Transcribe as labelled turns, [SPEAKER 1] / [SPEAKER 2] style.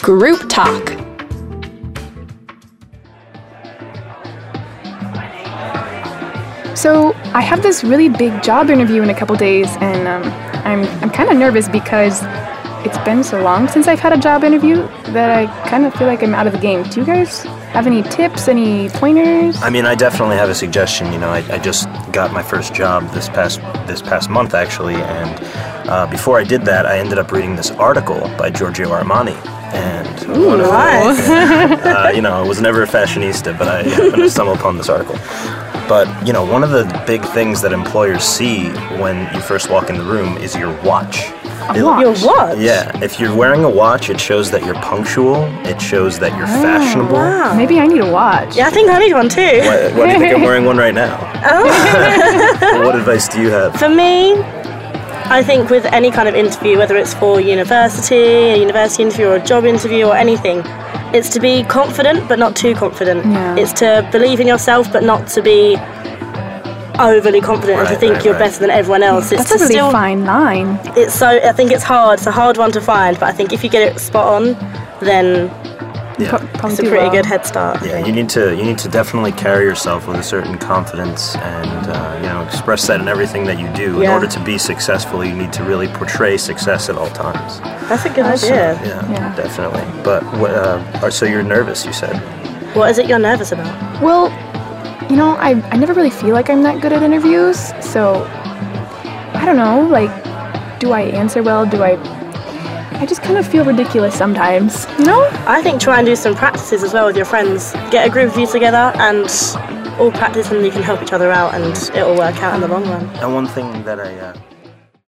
[SPEAKER 1] Group Talk.
[SPEAKER 2] So I have this really big job interview in a couple days, and um, I'm I'm kind of nervous because it's been so long since I've had a job interview that I kind of feel like I'm out of the game. Do you guys have any tips, any pointers?
[SPEAKER 3] Uh,
[SPEAKER 4] I mean, I definitely have a suggestion. You know, I, I just got my first job this past this past month actually, and uh, before I did that, I ended up reading this article by Giorgio Armani, and one of the, uh, you know, I was never a fashionista, but I happened to stumble upon this article. But you know, one of the big things that employers see when you first walk in the room is your watch. It-
[SPEAKER 2] watch?
[SPEAKER 3] Your watch.
[SPEAKER 4] Yeah, if you're wearing a watch, it shows that you're punctual. It shows that you're fashionable.
[SPEAKER 3] Wow.
[SPEAKER 2] Maybe I need a watch.
[SPEAKER 3] Yeah, I think I need one too.
[SPEAKER 4] What, what do you think I'm wearing one right now?
[SPEAKER 2] Oh.
[SPEAKER 4] what advice do you have?
[SPEAKER 3] For me, I think with any kind of interview, whether it's for university, a university interview, or a job interview, or anything, it's to be confident but not too confident.
[SPEAKER 2] Yeah.
[SPEAKER 3] It's to believe in yourself but not to be overly confident and
[SPEAKER 4] Right,
[SPEAKER 3] to think
[SPEAKER 4] right,
[SPEAKER 3] you're
[SPEAKER 4] right.
[SPEAKER 3] better than everyone else. It's
[SPEAKER 2] That's a
[SPEAKER 3] to
[SPEAKER 2] really
[SPEAKER 3] still,
[SPEAKER 2] fine line.
[SPEAKER 3] It's so I think it's hard. It's a hard one to find, but I think if you get it spot on, then
[SPEAKER 2] Pro-
[SPEAKER 4] Yeah.
[SPEAKER 2] probably
[SPEAKER 3] it's a
[SPEAKER 2] do
[SPEAKER 3] pretty
[SPEAKER 2] well.
[SPEAKER 3] good head start.
[SPEAKER 4] Yeah, you need to you need to definitely carry yourself with a certain confidence and uh, you know express that in everything that you do. In
[SPEAKER 3] Yeah.
[SPEAKER 4] order to be successful, you need to really portray success at all times.
[SPEAKER 3] That's a good idea.
[SPEAKER 4] Yeah,
[SPEAKER 2] Yeah.
[SPEAKER 4] definitely. But what, uh, are- so you're nervous? You said.
[SPEAKER 3] What is it you're nervous about?
[SPEAKER 2] Well, you know, I, I never really feel like I'm that good at interviews, so I don't know, like, do I answer well? Do I. I just kind of feel ridiculous sometimes, you know?
[SPEAKER 3] I think try and do some practices as well with your friends. Get a group of you together and all practice and you can help each other out and it'll work out in the long run.
[SPEAKER 4] And one thing that I uh,